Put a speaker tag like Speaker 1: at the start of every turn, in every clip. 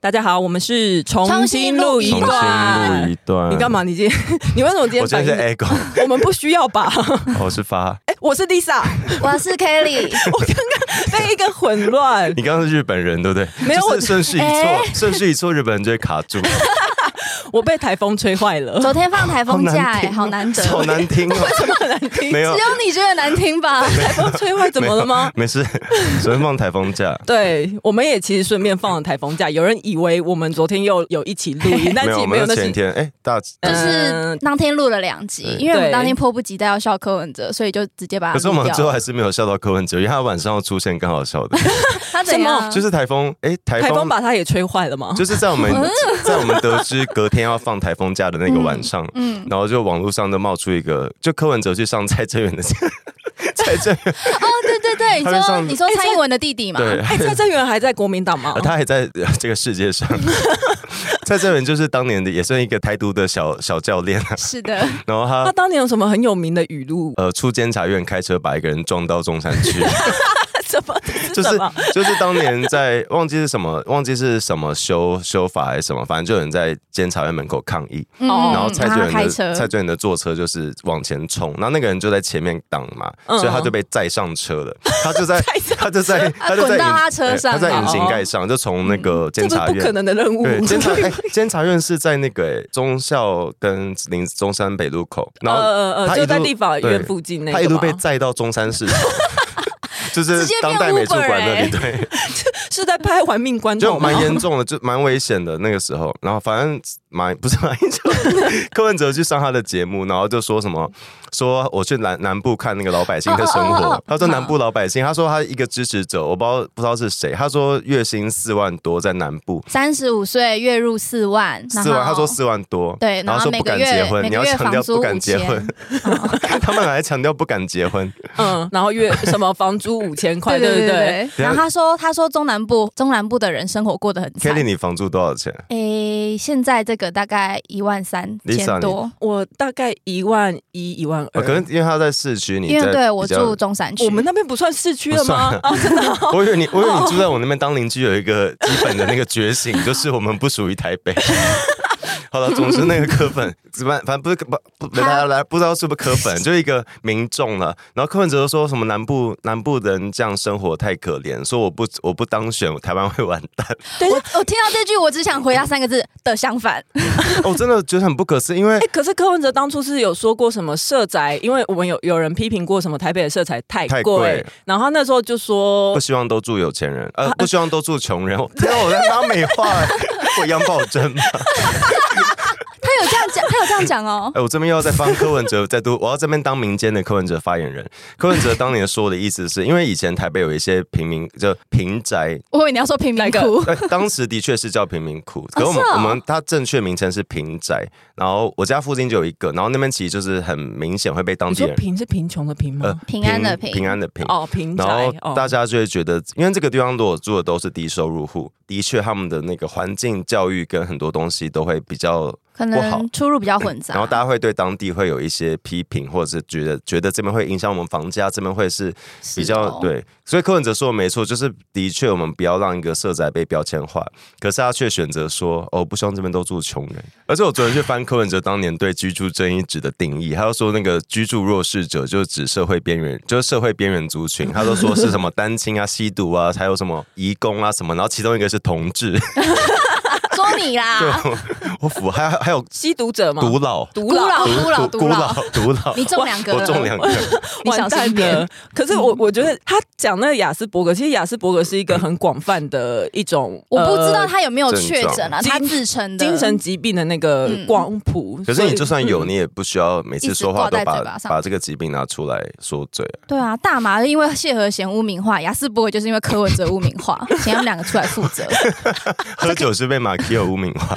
Speaker 1: 大家好，我们是重
Speaker 2: 重
Speaker 1: 新
Speaker 2: 新
Speaker 1: 录
Speaker 2: 录
Speaker 1: 一
Speaker 2: 一
Speaker 1: 段。
Speaker 3: 重新录一段。
Speaker 1: 你干？嘛？你今天 你为什么今
Speaker 3: 我
Speaker 1: 天反
Speaker 3: 今
Speaker 1: 应
Speaker 3: 天是 Echo，
Speaker 1: 我们不需要吧？
Speaker 3: 我是发。
Speaker 1: 哎、我是 Lisa，
Speaker 2: 我是 Kelly，
Speaker 1: 我刚刚被一个混乱。
Speaker 3: 你刚刚是日本人对不对？
Speaker 1: 没有
Speaker 3: 就是
Speaker 1: 我
Speaker 3: 顺序一
Speaker 2: 哎
Speaker 3: 错，顺序一错，日本人就会卡 住，
Speaker 1: 我被台风吹坏了，
Speaker 2: 昨天放台风假、
Speaker 3: 好难
Speaker 2: 哎，
Speaker 3: 听
Speaker 2: 好难得，
Speaker 3: 好难听 哦。
Speaker 1: 难听。
Speaker 3: 没有
Speaker 2: 只有你觉得难听吧？
Speaker 1: 台风吹坏怎么了吗？
Speaker 3: 没事，昨天放台风假，
Speaker 1: 对，我们也其实顺便放了台风假。有人以为我们昨天又有一起录音，但
Speaker 3: 没
Speaker 1: 其
Speaker 3: 有，
Speaker 1: 实
Speaker 3: 我
Speaker 1: 没
Speaker 3: 们
Speaker 1: 有那
Speaker 3: 是
Speaker 1: 些
Speaker 3: 前。天哎大。
Speaker 2: 就是当天录了两集
Speaker 3: 对，
Speaker 2: 因为我们
Speaker 1: 对
Speaker 2: 当天迫不及待要笑柯文哲，所以就直接把
Speaker 3: 可是
Speaker 2: 它
Speaker 3: 我
Speaker 2: 录
Speaker 3: 们最后
Speaker 2: 掉。
Speaker 3: 还是没有笑到柯文哲，因为他晚上要出现，刚好笑的，
Speaker 2: 他怎样？
Speaker 3: 就是台风，哎，台
Speaker 1: 啊台
Speaker 3: 风
Speaker 1: 风把嗯它也吹坏了吗？
Speaker 3: 就是在我们 在我们得知隔天要放台风假的那个晚上，
Speaker 2: 嗯
Speaker 3: 然后就网络上都冒出一个，就柯文哲去上蔡正元的 蔡正元，
Speaker 2: 哦，对对对，你
Speaker 3: 他会
Speaker 2: 说
Speaker 3: 上
Speaker 2: 你说蔡英文的弟弟嘛？
Speaker 3: 对，
Speaker 1: 哎、蔡正元还在国民党吗
Speaker 3: 呃？他还在呃这个世界上，蔡正元就是当年的也算一个台独的小小教练啊，
Speaker 2: 是 的，
Speaker 3: 然后
Speaker 1: 他
Speaker 3: 他
Speaker 1: 当年有什么很有名的语录？
Speaker 3: 呃出监察院开车把一个人撞到中山区，
Speaker 1: 什么？这是
Speaker 3: 就是
Speaker 1: 什么？
Speaker 3: 就是当年在忘记是什么忘记是什么修修法还是什么，反正就有人在监察院门口抗议，
Speaker 2: 嗯
Speaker 1: 哦
Speaker 3: 然后蔡
Speaker 2: 他
Speaker 3: 正
Speaker 2: 开
Speaker 3: 元
Speaker 2: 车
Speaker 3: 的蔡正元的坐车就是往前冲，然后那个人就在前面挡嘛，
Speaker 1: 嗯
Speaker 3: 所以他就被载上车了。他就在他就在他就在
Speaker 2: 滚到
Speaker 3: 引
Speaker 2: 他车
Speaker 3: 哎
Speaker 2: 上
Speaker 3: 他在
Speaker 1: 了
Speaker 3: 引擎盖上，就从那个
Speaker 1: 这
Speaker 3: 监
Speaker 1: 不是
Speaker 3: 察
Speaker 1: 不可
Speaker 3: 院。
Speaker 1: 能的任务。
Speaker 3: 对，监察哎，监察院是在那个哎忠孝跟林中山北路口，然后
Speaker 1: 呃呃呃，
Speaker 3: 他
Speaker 1: 就
Speaker 3: 一
Speaker 1: 在
Speaker 3: 路
Speaker 1: 立法
Speaker 3: 对
Speaker 1: 院附近那个
Speaker 3: 他一路被
Speaker 1: 吗
Speaker 3: 载到中山市场，就是
Speaker 2: 直接变
Speaker 3: 当代美术
Speaker 2: Uber
Speaker 3: 馆那
Speaker 2: 哎
Speaker 3: 里，对，
Speaker 1: 是在拍《玩命关头
Speaker 3: 就》蛮
Speaker 1: 吗？
Speaker 3: 严重的，就蛮危险的那个时候。然后反正蛮不是蛮严重的，柯文哲去上他的节目，然后就说什么说我去南南部看那个老百姓的生活。
Speaker 2: 哦哦哦哦
Speaker 3: 他说南部老百姓，他说他一个支持者，我不知道不知道是谁，他说月薪四万多在南部。
Speaker 2: 三十五岁月入四万，然
Speaker 3: 四万，
Speaker 2: 后
Speaker 3: 他说四万多，
Speaker 2: 对，
Speaker 3: 然
Speaker 2: 然
Speaker 3: 后
Speaker 2: 后
Speaker 3: 说
Speaker 2: 每
Speaker 3: 不
Speaker 2: 个
Speaker 3: 敢
Speaker 2: 月
Speaker 3: 结婚，
Speaker 2: 每
Speaker 3: 你
Speaker 2: 个
Speaker 3: 要
Speaker 2: 月
Speaker 3: 强
Speaker 2: 房
Speaker 3: 调
Speaker 2: 租
Speaker 3: 不
Speaker 2: 五
Speaker 3: 敢结
Speaker 2: 千
Speaker 3: 婚，， 他们还强调不敢 结婚，
Speaker 1: 嗯，然后 月什么房租五千块，对
Speaker 2: 对
Speaker 1: 不对？
Speaker 2: 对。然后他说他说中南部中南部的人生活过得很
Speaker 3: k e
Speaker 2: 惨
Speaker 3: l l y 你房租多少钱？
Speaker 2: 诶，现在这个大概一万三千
Speaker 3: Lisa，
Speaker 2: 多，
Speaker 1: 我大概一万一、一万
Speaker 3: 呃
Speaker 1: 二。
Speaker 3: 可能因为他在市区，你
Speaker 2: 因为
Speaker 3: 在
Speaker 2: 对我
Speaker 3: 比较
Speaker 2: 住中山区，
Speaker 1: 我们那边不算市区了吗？ 哎
Speaker 3: 不我以 为你，我以为你住在我那边当邻居有一个基本的那个觉 醒，就是我们不属于台北。好了，总之那个柯粉，反反正不是不不不来来，不知道是不是柯粉，就一个民众了。然后柯文哲就说什么南部南部人这样生活太可怜，说我不我不当选，台湾会完蛋。
Speaker 2: 我我听到这句，我只想回答三个字的相反。
Speaker 3: 我哦真的觉得很不可思议，因为
Speaker 1: 哎、可是柯文哲当初是有说过什么社宅，因为我们有有人批评过什么台北的社宅太
Speaker 3: 太
Speaker 1: 贵
Speaker 3: 贵，
Speaker 1: 然后他那时候就说
Speaker 3: 不希望都住有钱人，
Speaker 2: 啊
Speaker 3: 呃，不希望都住穷人。我天啊，我在拉美化、 欸，我杨宝珍吗？
Speaker 2: 他有这样讲，他有这样讲哦。
Speaker 3: 哎，我这边又要再帮柯文哲再度，我要这边当民间的柯文哲发言人。柯文哲当年说的意思是，因为以前台北有一些平民，就平宅，
Speaker 2: 我以为你要说贫民
Speaker 1: 哪
Speaker 2: 窟，
Speaker 3: 呃当时的确是叫贫民窟，可是我们、
Speaker 2: 是哦
Speaker 3: 我们它正确名称是平宅。然后我家附近就有一个，然后那边其实就是很明显会被当
Speaker 1: 你
Speaker 3: 地
Speaker 1: 说
Speaker 3: 人
Speaker 1: 贫是贫穷的贫吗？
Speaker 2: 平安的
Speaker 3: 平
Speaker 2: 平
Speaker 3: 平安的平。
Speaker 1: 哦，贫宅
Speaker 3: 呃然后
Speaker 1: 哦，
Speaker 3: 大家就会觉得，因为这个地方如果住的都是低收入户，的确他们的那个环境、教育跟很多东西都会比较
Speaker 2: 可
Speaker 3: 不好
Speaker 2: 能出入比较混杂。
Speaker 3: 然后大家会对当地会有一些批评，或者是觉得觉得这边会影响我们房价，这边会是比较、
Speaker 2: 是哦，
Speaker 3: 对。所以柯文哲说的没错，就是的确我们不要让一个社宅被标签化，可是他却选择说哦，不希望这边都住穷人。而且我昨天去翻柯文哲当年对居住正义指的定义，他就说那个居住弱势者就是指社会边缘，就是社会边缘族群，他都说是什么单亲啊、吸毒啊，还有什么移工啊什么，然后其中一个是同志。
Speaker 2: 说你 啦，
Speaker 3: 对，我腐还还有
Speaker 1: 吸毒者嘛，
Speaker 3: 独老，
Speaker 1: 毒
Speaker 2: 孤
Speaker 1: 老
Speaker 2: 老孤老
Speaker 3: 独
Speaker 2: 孤
Speaker 3: 老
Speaker 2: 老，
Speaker 3: 独老，
Speaker 2: 你中两个了，
Speaker 3: 我中两个，
Speaker 2: 你小
Speaker 1: 完蛋
Speaker 2: 心点
Speaker 1: 了。可是
Speaker 2: 嗯
Speaker 1: 我我觉得他讲那个雅斯伯格，其实雅斯伯格是一个很广泛的一种，
Speaker 2: 我不知道
Speaker 1: 呃
Speaker 2: 他有没有确诊啊，
Speaker 1: 症
Speaker 2: 他
Speaker 1: 状
Speaker 2: 自称的嗯
Speaker 1: 精神疾病的那个光谱。所
Speaker 3: 可是
Speaker 1: 以
Speaker 3: 你就算有，你也不需要每
Speaker 2: 一
Speaker 3: 次
Speaker 2: 直
Speaker 3: 说话
Speaker 2: 挂
Speaker 3: 都
Speaker 2: 在
Speaker 3: 把
Speaker 2: 嘴巴上
Speaker 3: 把这个疾病拿出来说嘴啊。
Speaker 2: 对啊，大麻因为谢和弦污名化，雅斯伯格就是因为柯文哲污名化，请他们两个出来负 责。
Speaker 3: 喝酒是被马奎尔污名化，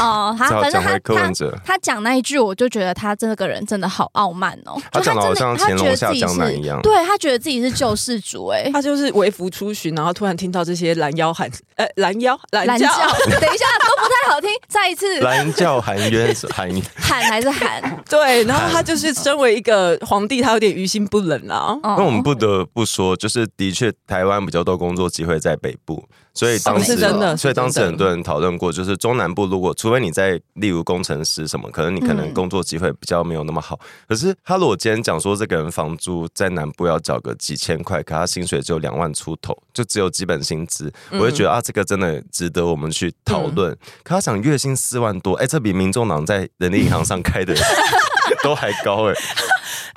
Speaker 2: 哦，他
Speaker 3: 只好
Speaker 2: 反正
Speaker 3: 讲
Speaker 2: 他
Speaker 3: 回柯
Speaker 2: 他
Speaker 3: 文哲。
Speaker 2: 他讲那一句，我就觉得他这个人真的好傲慢哦，
Speaker 3: 他
Speaker 2: 就
Speaker 3: 讲的好
Speaker 2: 真
Speaker 3: 像
Speaker 2: 的
Speaker 3: 乾
Speaker 2: 他觉
Speaker 3: 隆
Speaker 2: 得
Speaker 3: 下
Speaker 2: 自己
Speaker 3: 江南一
Speaker 2: 是，
Speaker 3: 样，
Speaker 2: 对他觉得自己是救世主 哎、
Speaker 1: 他就是微服出巡，然后突然听到这些拦腰喊，呃，拦腰拦
Speaker 2: 懒
Speaker 1: 轿
Speaker 2: 觉，等一下都不太好听，再一次
Speaker 3: 蓝教含冤是含冤，
Speaker 2: 喊还是 喊？
Speaker 1: 对，然后他就是身为一个皇帝，他有点于心不忍啊啦。
Speaker 2: 哦
Speaker 3: 那我们不得不说，就是的确台湾比较多工作机会在北部，所以当
Speaker 2: 哦
Speaker 3: 时、
Speaker 2: 是真
Speaker 1: 的
Speaker 3: 所以当
Speaker 1: 是
Speaker 3: 时
Speaker 1: 真的
Speaker 3: 很多人讨论过，就是中南部如果除非你在例如工程师什么，可能你可能
Speaker 2: 嗯
Speaker 3: 工作机会比较没有那么好。可是他如果今天讲说这个人房租在南部要缴个几千块，可他薪水只有两万出头，就只有基本薪资，
Speaker 2: 嗯
Speaker 3: 我会觉得啊，这个真的值得我们去讨论。可他想月薪四万多，哎、这比民众党在人力银行上开的 都还高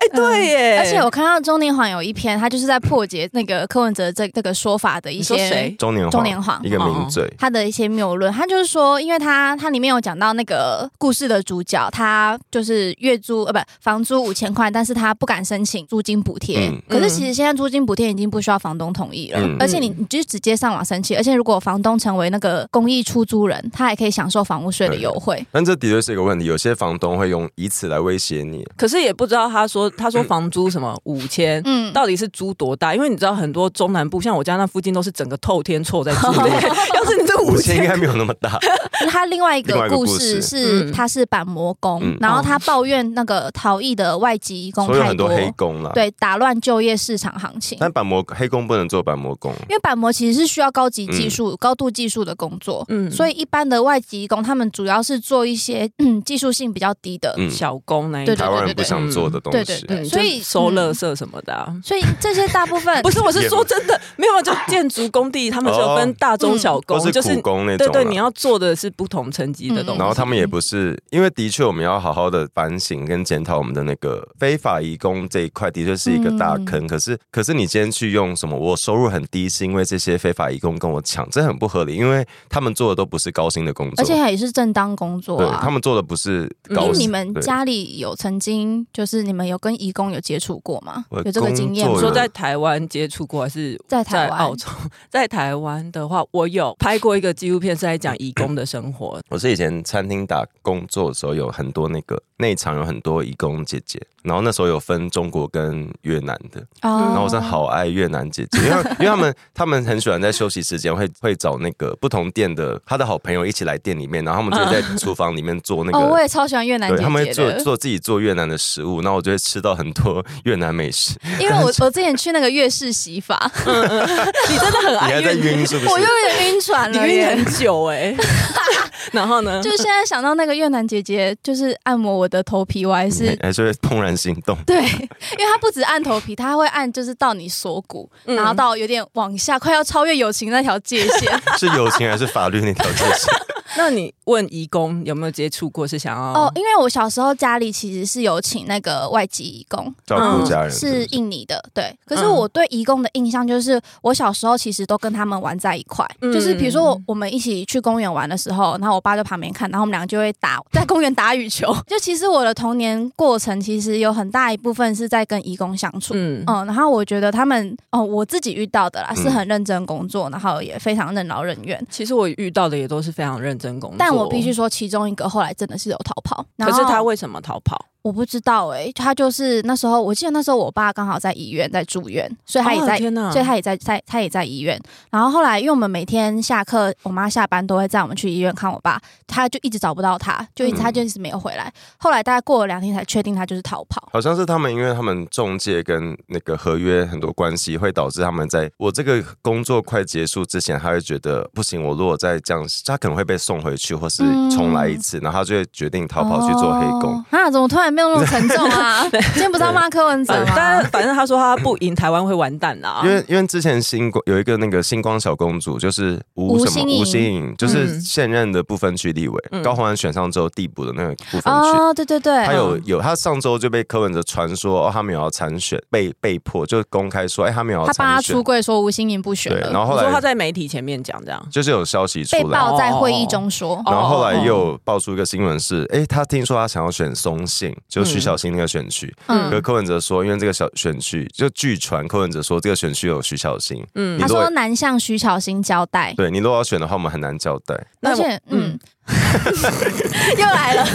Speaker 3: 哎、
Speaker 1: 哎，对耶，
Speaker 2: 嗯而且我看到钟年晃有一篇，他就是在破解那个柯文哲这这个说法的一
Speaker 1: 你说
Speaker 2: 些
Speaker 1: 谁
Speaker 3: 中年
Speaker 2: 中年晃哦
Speaker 3: 一个名嘴。
Speaker 2: 他的一些谬论，他就是说，因为他他里面有讲到那个故事的主角，他就是月租呃不房租五千块，但是他不敢申请租金补贴。
Speaker 3: 嗯
Speaker 2: 可是其实现在租金补贴已经不需要房东同意了，
Speaker 3: 嗯
Speaker 2: 而且你你就直接上网申请，而且如果房东成为那个公益出租人，他还可以享受房屋税的优惠。
Speaker 3: 但这的确是一个问题，有些房东会用以此来威胁你。
Speaker 1: 可是也不知道他说他说房租什么五千，
Speaker 2: 嗯，
Speaker 1: 到底是租多大？因为你知道很多中南部，像我家那附近都是整个透天厝在 租的。要是你这
Speaker 3: 五
Speaker 1: 五
Speaker 3: 千
Speaker 1: 千
Speaker 3: 应该没有那么大，
Speaker 2: 他另外一
Speaker 3: 另
Speaker 2: 个
Speaker 3: 外一个
Speaker 2: 故
Speaker 3: 故
Speaker 2: 事
Speaker 3: 事
Speaker 2: 是，
Speaker 1: 嗯
Speaker 2: 他是板模工，
Speaker 3: 嗯
Speaker 2: 然后他抱怨那个逃逸的外籍工
Speaker 3: 所以有
Speaker 2: 太
Speaker 3: 很
Speaker 2: 多
Speaker 3: 多，黑工啦。，
Speaker 2: 对，打乱就业市场行情。
Speaker 3: 但板模黑工不能做板模工，
Speaker 2: 因为板模其实是需要高级
Speaker 3: 嗯
Speaker 2: 技术、高度技术的工作，
Speaker 1: 嗯
Speaker 2: 所以一般的外籍工他们主要是做一些嗯技术性比较低的，
Speaker 3: 嗯，
Speaker 1: 小工那一
Speaker 2: 对
Speaker 3: 台
Speaker 1: 种，
Speaker 3: 湾人不想做的东西。
Speaker 2: 对对对
Speaker 1: 嗯
Speaker 2: 所以呃
Speaker 1: 就是收垃圾什么的啊。
Speaker 2: 所以这些大部分
Speaker 1: 不是，我是说真的，没有，啊就建筑工地他们是有分大
Speaker 2: 嗯
Speaker 1: 中小工，
Speaker 3: 哦或
Speaker 1: 就是
Speaker 3: 苦工那种
Speaker 1: 对
Speaker 3: 啦，
Speaker 1: 对，你要做的是不同层级
Speaker 2: 嗯
Speaker 1: 的东西。
Speaker 3: 然后他们也不是，因为的确我们要好好的反省跟检讨我们的那个非法移工这一块，的确是一个大
Speaker 2: 嗯
Speaker 3: 坑。可是，可是你今天去用什么？我收入很低，是因为这些非法移工跟我抢，这很不合理，因为他们做的都不是高薪的工作，
Speaker 2: 而且也是正当工作
Speaker 3: 对他
Speaker 2: 啊。
Speaker 3: 们做的不是
Speaker 2: 哎
Speaker 3: 高薪。
Speaker 2: 你们
Speaker 3: 对
Speaker 2: 家里有曾经就是你们有跟义工有接触过吗
Speaker 3: 我？
Speaker 2: 有这个经验
Speaker 3: 工
Speaker 2: 吗
Speaker 3: 作
Speaker 1: 说？在台湾接触过，还是
Speaker 2: 在台
Speaker 1: 在
Speaker 2: 湾
Speaker 1: 澳洲？ 在台湾的话，我有拍过一个纪录片，是在讲义工的生活。
Speaker 3: 我是以前餐厅打工作的时候，有很多那个内场有很多义工姐姐，然后那时候有分中国跟越南的，然
Speaker 2: 然
Speaker 3: 后我真的好爱越南姐姐，因为
Speaker 2: 哦
Speaker 3: 因为他们他们很喜欢在休息时间会会找那个不同店的他的好朋友一起来店里面，然后他们就会在厨房里面做那
Speaker 2: 哦，我
Speaker 3: 个。
Speaker 2: 也超喜欢越南
Speaker 3: 对，他们
Speaker 2: 姐
Speaker 3: 会
Speaker 2: 姐
Speaker 3: 做
Speaker 2: 的，
Speaker 3: 做自己做越南的食物，然后我就会吃到很多越南美 食。
Speaker 2: 因为我 我之前去那个越式洗发，
Speaker 1: 你真的很
Speaker 3: 你
Speaker 1: 爱
Speaker 3: 还在晕是不
Speaker 2: 啊我又
Speaker 3: 是？
Speaker 2: 有点晕船
Speaker 1: 你
Speaker 2: 了
Speaker 1: 晕
Speaker 2: 耶。
Speaker 1: 很久哎、然后呢？
Speaker 2: 就是现在想到那个越南姐姐，就是按摩我的头皮，我还是
Speaker 3: 你还还是会怦然心动。
Speaker 2: 对，因为它不止按头皮，它会按就是到你锁骨，
Speaker 1: 嗯
Speaker 2: 然后到有点往下，快要超越友情那条界限。
Speaker 3: 是友情还是法律那条界 线？
Speaker 1: 那你问义工有没有接触过？是想要
Speaker 2: 哦，因为我小时候家里其实是有请那个外籍义工。
Speaker 3: 照顾家人
Speaker 2: 是
Speaker 3: 不
Speaker 2: 印尼的，对。可是我对义工的印象就是，我小时候其实都跟他们玩在一块，
Speaker 1: 嗯
Speaker 2: 就是比如说我我们一起去公园玩的时候，然后我爸在旁边看，然后我们俩就会打在公园打羽球。 就其实我的童年过程，其实有很大一部分是在跟义工相处。
Speaker 1: 嗯
Speaker 2: 嗯，然后我觉得他们哦，我自己遇到的啦，
Speaker 3: 嗯
Speaker 2: 是很认真工作，然后也非常任劳任怨。
Speaker 1: 其实我遇到的也都是非常认真工作，
Speaker 2: 但我必须。说，其中一个后来真的是有逃跑，然
Speaker 1: 可
Speaker 2: 后
Speaker 1: 是他为什么逃跑？
Speaker 2: 我不知道哎、他就是那时候，我记得那时候我爸刚好在医院在住院，所以他也
Speaker 1: 哦
Speaker 2: 在，
Speaker 1: 天哪！
Speaker 2: 所以他也在在他也在医院。然后后来，因为我们每天下课，我妈下班都会载我们去医院看我爸，他就一直找不到他，就一直、
Speaker 3: 嗯
Speaker 2: 他就一直没有回来。后来大概过了两天才确定他就是逃跑。
Speaker 3: 好像是他们，因为他们中介跟那个合约很多关系，会导致他们在我这个工作快结束之前，他会觉得不行，我如果再这样，
Speaker 2: 嗯
Speaker 3: 他可能会被送回去或是重来一次，然后他就会决定逃跑去做黑工。
Speaker 2: 哦啊！怎么突然然没有那么沉重 啊。今天不是要骂柯文哲
Speaker 1: 反
Speaker 2: 吗
Speaker 1: 但？反正他说他不赢台湾会完蛋啊啦
Speaker 2: 哦
Speaker 3: 因。为因为之前星光有一个那个星光小公主，就是
Speaker 2: 吴
Speaker 3: 吴什么
Speaker 2: 欣颖
Speaker 3: 吴欣颖，就是
Speaker 1: 嗯
Speaker 3: 现任的不分区立委，
Speaker 1: 嗯
Speaker 3: 高虹安选上之后递补的那个不分区。
Speaker 2: 哦，对对对，
Speaker 3: 他
Speaker 1: 嗯
Speaker 3: 有有，他上周就被柯文哲传说哦，他们也要参选，被被迫就公开说，哎，他们也要
Speaker 2: 他帮他
Speaker 3: 参选
Speaker 2: 出。柜说吴欣颖不选
Speaker 3: 对，然
Speaker 2: 了，
Speaker 3: 后后
Speaker 1: 你说他
Speaker 3: 来
Speaker 1: 在媒体前面讲这样，
Speaker 3: 就是有消息
Speaker 2: 被
Speaker 3: 出来，
Speaker 2: 爆在会议中说
Speaker 1: 哦
Speaker 3: 然后后来又爆出一个新闻是，哎，他听说他想要选松信，就徐小新那个选区，
Speaker 2: 嗯
Speaker 3: 可是柯文哲说，因为这个小选区就据传柯文哲说这个选区有徐小新，
Speaker 1: 嗯
Speaker 3: 你
Speaker 2: 他
Speaker 3: 如果
Speaker 2: 说难向徐巧芯交代，
Speaker 3: 哦对你如果要选的话，我们很难交代。
Speaker 1: 那
Speaker 2: 而
Speaker 1: 我
Speaker 2: 且嗯， 又来 了。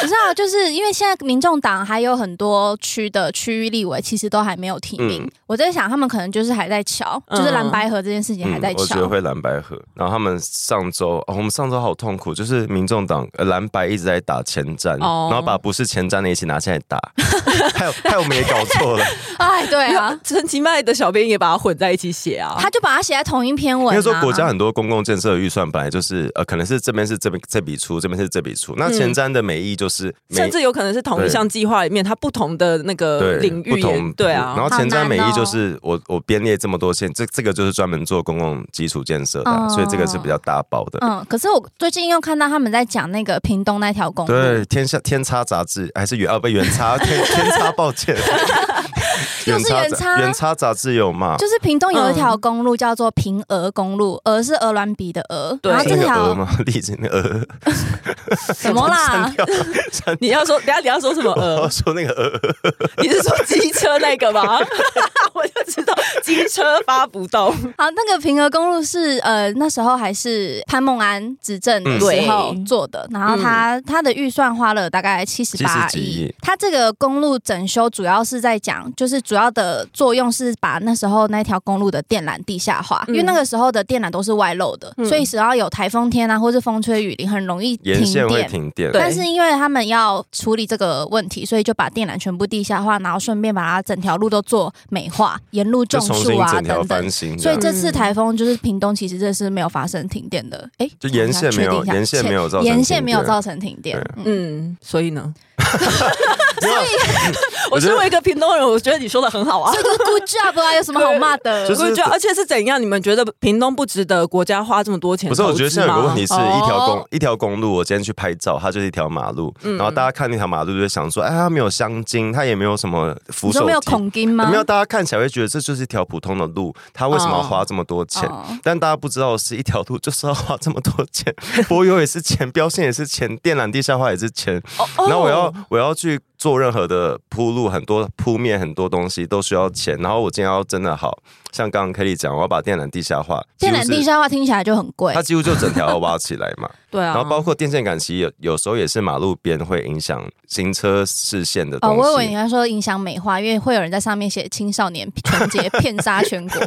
Speaker 2: 不是啊，就是因为现在民众党还有很多区的区域立委，其实都还没有提名。
Speaker 3: 嗯
Speaker 2: 我在想，他们可能就是还在瞧，就是蓝白河这件事情还在
Speaker 3: 嗯我觉得
Speaker 2: 瞧。
Speaker 3: 会蓝白合。然后他们上周、哦，我们上周好痛苦，就是民众党、呃、蓝白一直在打前瞻，
Speaker 1: 哦
Speaker 3: 然后把不是前瞻的一起拿下来打， 还有还有我们也搞错了。
Speaker 2: 哎，对 啊，
Speaker 1: 陈其迈的小编也把它混在一起写啊。
Speaker 2: 他就把它写在同一篇文、啊。
Speaker 3: 应该说国家很多公共建设的预算本来就是呃，可能是这边是这边这笔出，这边是这笔出，那前瞻的每一就是每。
Speaker 1: 嗯甚至有可能是同一项计划里面，它不同的那个
Speaker 3: 对
Speaker 1: 领
Speaker 3: 不
Speaker 1: 域也
Speaker 3: 同
Speaker 1: 对啊，
Speaker 3: 然后前瞻每
Speaker 2: 好难
Speaker 3: 一
Speaker 2: 哦
Speaker 3: 就是我我编列这么多线，这这个就是专门做公共基础建设的啊、
Speaker 2: 哦
Speaker 3: 所以这个是比较大包
Speaker 1: 哦
Speaker 3: 的。
Speaker 2: 嗯，可是我最近又看到他们在讲那个屏东那条公路，
Speaker 3: 对，天下天差杂志还是远啊不远差 天天差，抱 歉，
Speaker 2: 又是远差
Speaker 3: 远差杂志有嘛？
Speaker 2: 就是屏东有一条公路叫做平峨公路，鹅是鹅卵鼻的鹅，
Speaker 1: 对
Speaker 2: 然后
Speaker 3: 那
Speaker 2: 这
Speaker 3: 个鹅
Speaker 2: 条
Speaker 3: 吗？ 丽晶的鹅，
Speaker 2: 什么啦
Speaker 3: 删？掉。
Speaker 1: 你要说，等一下你要说什么？
Speaker 3: 我
Speaker 1: 呃
Speaker 3: 要，哦说那个鹅，
Speaker 1: 你是说机车那个吗？ 我就知道机车发不动。
Speaker 2: 好，那个平和公路是呃那时候还是潘梦安执政的
Speaker 3: 嗯
Speaker 2: 时候
Speaker 1: 对嗯
Speaker 2: 做的，然后他、他的预算花了大概七十八
Speaker 3: 70几
Speaker 2: 亿
Speaker 3: 亿。
Speaker 2: 他这个公路整修主要是在讲，就是主要的作用是把那时候那条公路的电缆地下化，
Speaker 1: 嗯
Speaker 2: 因为那个时候的电缆都是外露的，
Speaker 1: 嗯
Speaker 2: 所以只要有台风天啊，或是风吹雨淋，很容易停
Speaker 3: 沿线会
Speaker 2: 电。
Speaker 3: 停电。
Speaker 1: 对
Speaker 2: 但是因为他们要处理这个问题，所以就把电缆全部地下化，然后顺便把它整条路都做美化，沿路
Speaker 3: 就
Speaker 2: 种
Speaker 3: 重
Speaker 2: 树
Speaker 3: 新
Speaker 2: 啊
Speaker 3: 整条
Speaker 2: 等等
Speaker 3: 翻。新这
Speaker 2: 所以
Speaker 3: 样，
Speaker 2: 这次台风就是屏东，其实这是没有发生停电的。哎、
Speaker 3: 就沿线没有
Speaker 2: 我想确定一下
Speaker 3: 沿线没有造成
Speaker 2: 沿线没有
Speaker 3: 停电
Speaker 2: 造成停电。嗯，
Speaker 1: 嗯，所以呢，
Speaker 3: 我
Speaker 1: 我
Speaker 3: 觉
Speaker 1: 身
Speaker 3: 得
Speaker 1: 为一个屏东人，我觉得你说的很好啊。
Speaker 2: 哦这个 good job 啊，有什么好骂 的？
Speaker 3: 就是
Speaker 1: 我觉得，而且是怎样？你们觉得屏东不值得国家花这么多钱
Speaker 3: 不是，我觉得现在有个问题
Speaker 1: 投
Speaker 3: 是一条公
Speaker 2: 哦嗯
Speaker 3: 一条公路，我今天去拍照，它就是一条马路，然后大家看那条马路就会想说，哎，它没有香精，它也没有什么扶
Speaker 2: 你
Speaker 3: 手
Speaker 2: 说没有
Speaker 3: 梯，
Speaker 2: 恐惊吗？
Speaker 3: 没有，大家看起来会觉得这就是一条普通的路，他为什么要花这么多钱？
Speaker 2: 哦
Speaker 3: 但大家不知道的是，一条路就是要花这么多 钱，柏油也是钱，标线也是钱，电缆地下化也是钱。
Speaker 1: 资吗哦哦
Speaker 3: 然后我要我要去做任何的铺路，很多铺面很多东西都需要钱。然后我今天要真的好像刚刚 Kelly 讲，我要把电缆地下化，
Speaker 2: 电缆
Speaker 3: 几乎是
Speaker 2: 地。下化听起来就很贵
Speaker 3: 它。几乎就整条要挖起来 嘛，
Speaker 1: 对啊，
Speaker 2: 嗯
Speaker 3: 然后包括电线杆，其实有有时候也是马路边会影响行车视线的东
Speaker 2: 哦，
Speaker 3: 西。
Speaker 2: 我以为你要说影响美化，因为会有人在上面写青少年纯洁 骗杀全国。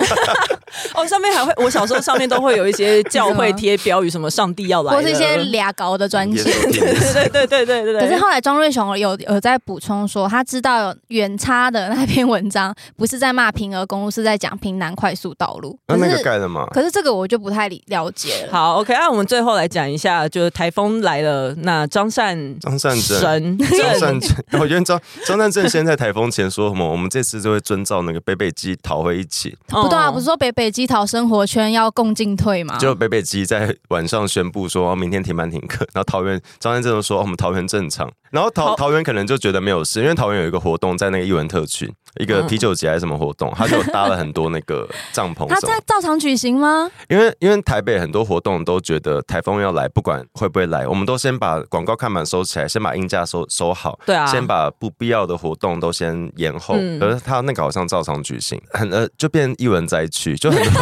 Speaker 1: 哦，上面还会，我小时候上面都会有一些教会贴标语，什么上帝要来了，
Speaker 2: 或 是一些俩高的专辑
Speaker 3: 也。是有点
Speaker 1: 对对对对对对。
Speaker 2: 可是后来庄瑞雄有有在补充说，他知道有远差的那篇文章 不是在骂平和公路，是在讲平南快速道路。
Speaker 3: 那
Speaker 2: 可
Speaker 3: 那个
Speaker 2: 是
Speaker 3: 盖了吗？
Speaker 2: 可是这个我就不太理了解了。
Speaker 1: 好，OK，那我们啊最后来讲一下，就是台风来了，那张善
Speaker 3: 张善政
Speaker 1: 神
Speaker 3: 张善政，我觉得张张善政先在台风前说什么，我们这次就会遵照那个北北基逃回一起。
Speaker 2: 不对啊，不是说北北基桃生活圈要共进退吗？
Speaker 3: 就北北基在晚上宣布说，哦明天停班停课。然后桃园张善政就说、哦我们桃园正常。然后桃
Speaker 1: 好
Speaker 3: 桃园可能就觉得没有事，因为桃园有一个活动在那个艺文特区，一个
Speaker 1: 嗯
Speaker 3: 啤酒节还是什么活动，他就搭了很多那个帐篷
Speaker 2: 他
Speaker 3: 什么
Speaker 2: 在。照常举行吗？
Speaker 3: 因为因为台北很多活动都觉得台风要来，不管会不会来，我们都先把广告看板收起来，先把音架收收好，
Speaker 1: 对啊
Speaker 3: 先把不必要的活动都先延后。
Speaker 1: 嗯
Speaker 3: 可是他那个好像照常举行，很呃就变艺文灾区，就 很多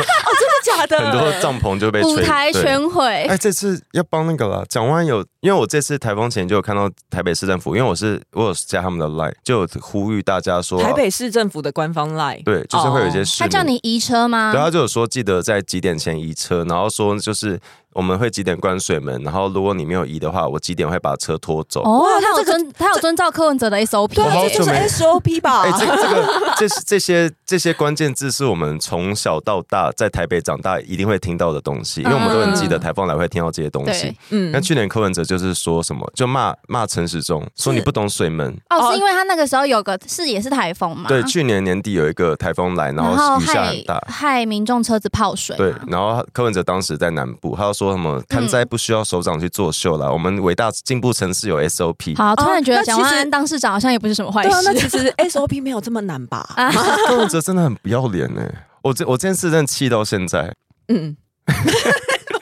Speaker 1: 假的，
Speaker 3: 很多帐篷就被
Speaker 2: 舞
Speaker 3: 吹
Speaker 2: 台
Speaker 3: 对
Speaker 2: 全毁
Speaker 3: 哎，，这次要帮那个了。蒋万安有，因为我这次台风前就有看到台北市政府，因为我是我有加他们的 line，就有呼吁大家说，啊
Speaker 1: 台北市政府的官方 line，
Speaker 3: 对，就是会有一些
Speaker 1: 哦
Speaker 3: 市
Speaker 2: 他
Speaker 3: 民
Speaker 2: 叫你移车吗
Speaker 3: 对，？啊他就有说记得在几点前移车，然后说就是我们会几点关水门，然后如果你没有移的话，我几点会把车拖走。
Speaker 2: 哦
Speaker 1: 哇，
Speaker 2: 他有
Speaker 1: 这个
Speaker 2: 遵他有遵照柯文哲的 SOP，
Speaker 1: 对啊，
Speaker 3: 好
Speaker 1: 这就
Speaker 3: 久
Speaker 1: 是
Speaker 3: 没
Speaker 1: SOP 吧
Speaker 3: 哎、？这个这个这是这些这些关键字是我们从小到大在台北长大一定会听到的东西，因为我们都很记得台风来会听到这些东西
Speaker 2: 嗯对。
Speaker 1: 嗯
Speaker 3: 那去年柯文哲就是说什么，就骂骂陈时中，说你不懂水门。
Speaker 2: 哦，
Speaker 1: 哦
Speaker 2: 是因为他那个时候有个是也是台风嘛，
Speaker 3: 对，去年年底有一个台风来，然
Speaker 2: 然后
Speaker 3: 后雨下
Speaker 2: 害
Speaker 3: 很大。
Speaker 2: 害民众车子泡水嘛，
Speaker 3: 对，然后柯文哲当时在南部，他就说什
Speaker 2: 嗯
Speaker 3: 么看灾不需要首长去作秀啦，我们伟大进步城市有 SOP。
Speaker 2: 好，突然觉
Speaker 1: 哦那
Speaker 2: 得
Speaker 1: 其实
Speaker 2: 蒋万安当市长好像也不是什么坏
Speaker 1: 对
Speaker 2: 事。
Speaker 1: 啊，那 其实 SOP 没有这么难吧？
Speaker 2: 啊
Speaker 3: 柯文哲真的很不要脸呢、我这我这件事真的气到现在，
Speaker 1: 嗯，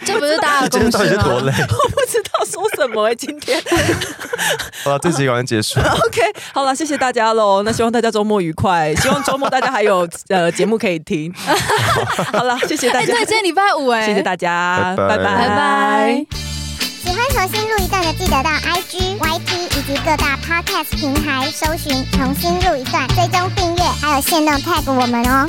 Speaker 2: 这不是大家的
Speaker 3: 今
Speaker 2: 共
Speaker 3: 天到底
Speaker 2: 识
Speaker 3: 是多累
Speaker 2: 吗？？
Speaker 1: 我不知道说什么哎、今天
Speaker 3: 好了，这集赶快结束。
Speaker 1: OK，好了，谢谢大家喽。那希望大家周末愉快，希望周末大家还有呃节目可以听。 好了，谢谢大
Speaker 2: 哎，
Speaker 1: 家，
Speaker 2: 对，今天礼拜五哎，
Speaker 1: 谢谢大家，
Speaker 3: 拜拜
Speaker 1: 拜
Speaker 2: 拜拜。
Speaker 4: 喜欢重新录一段的，记得到 IG、YT 以及各大 Podcast 平台搜寻“重新录一段”，追踪订阅，还有限定 tag 我们哦。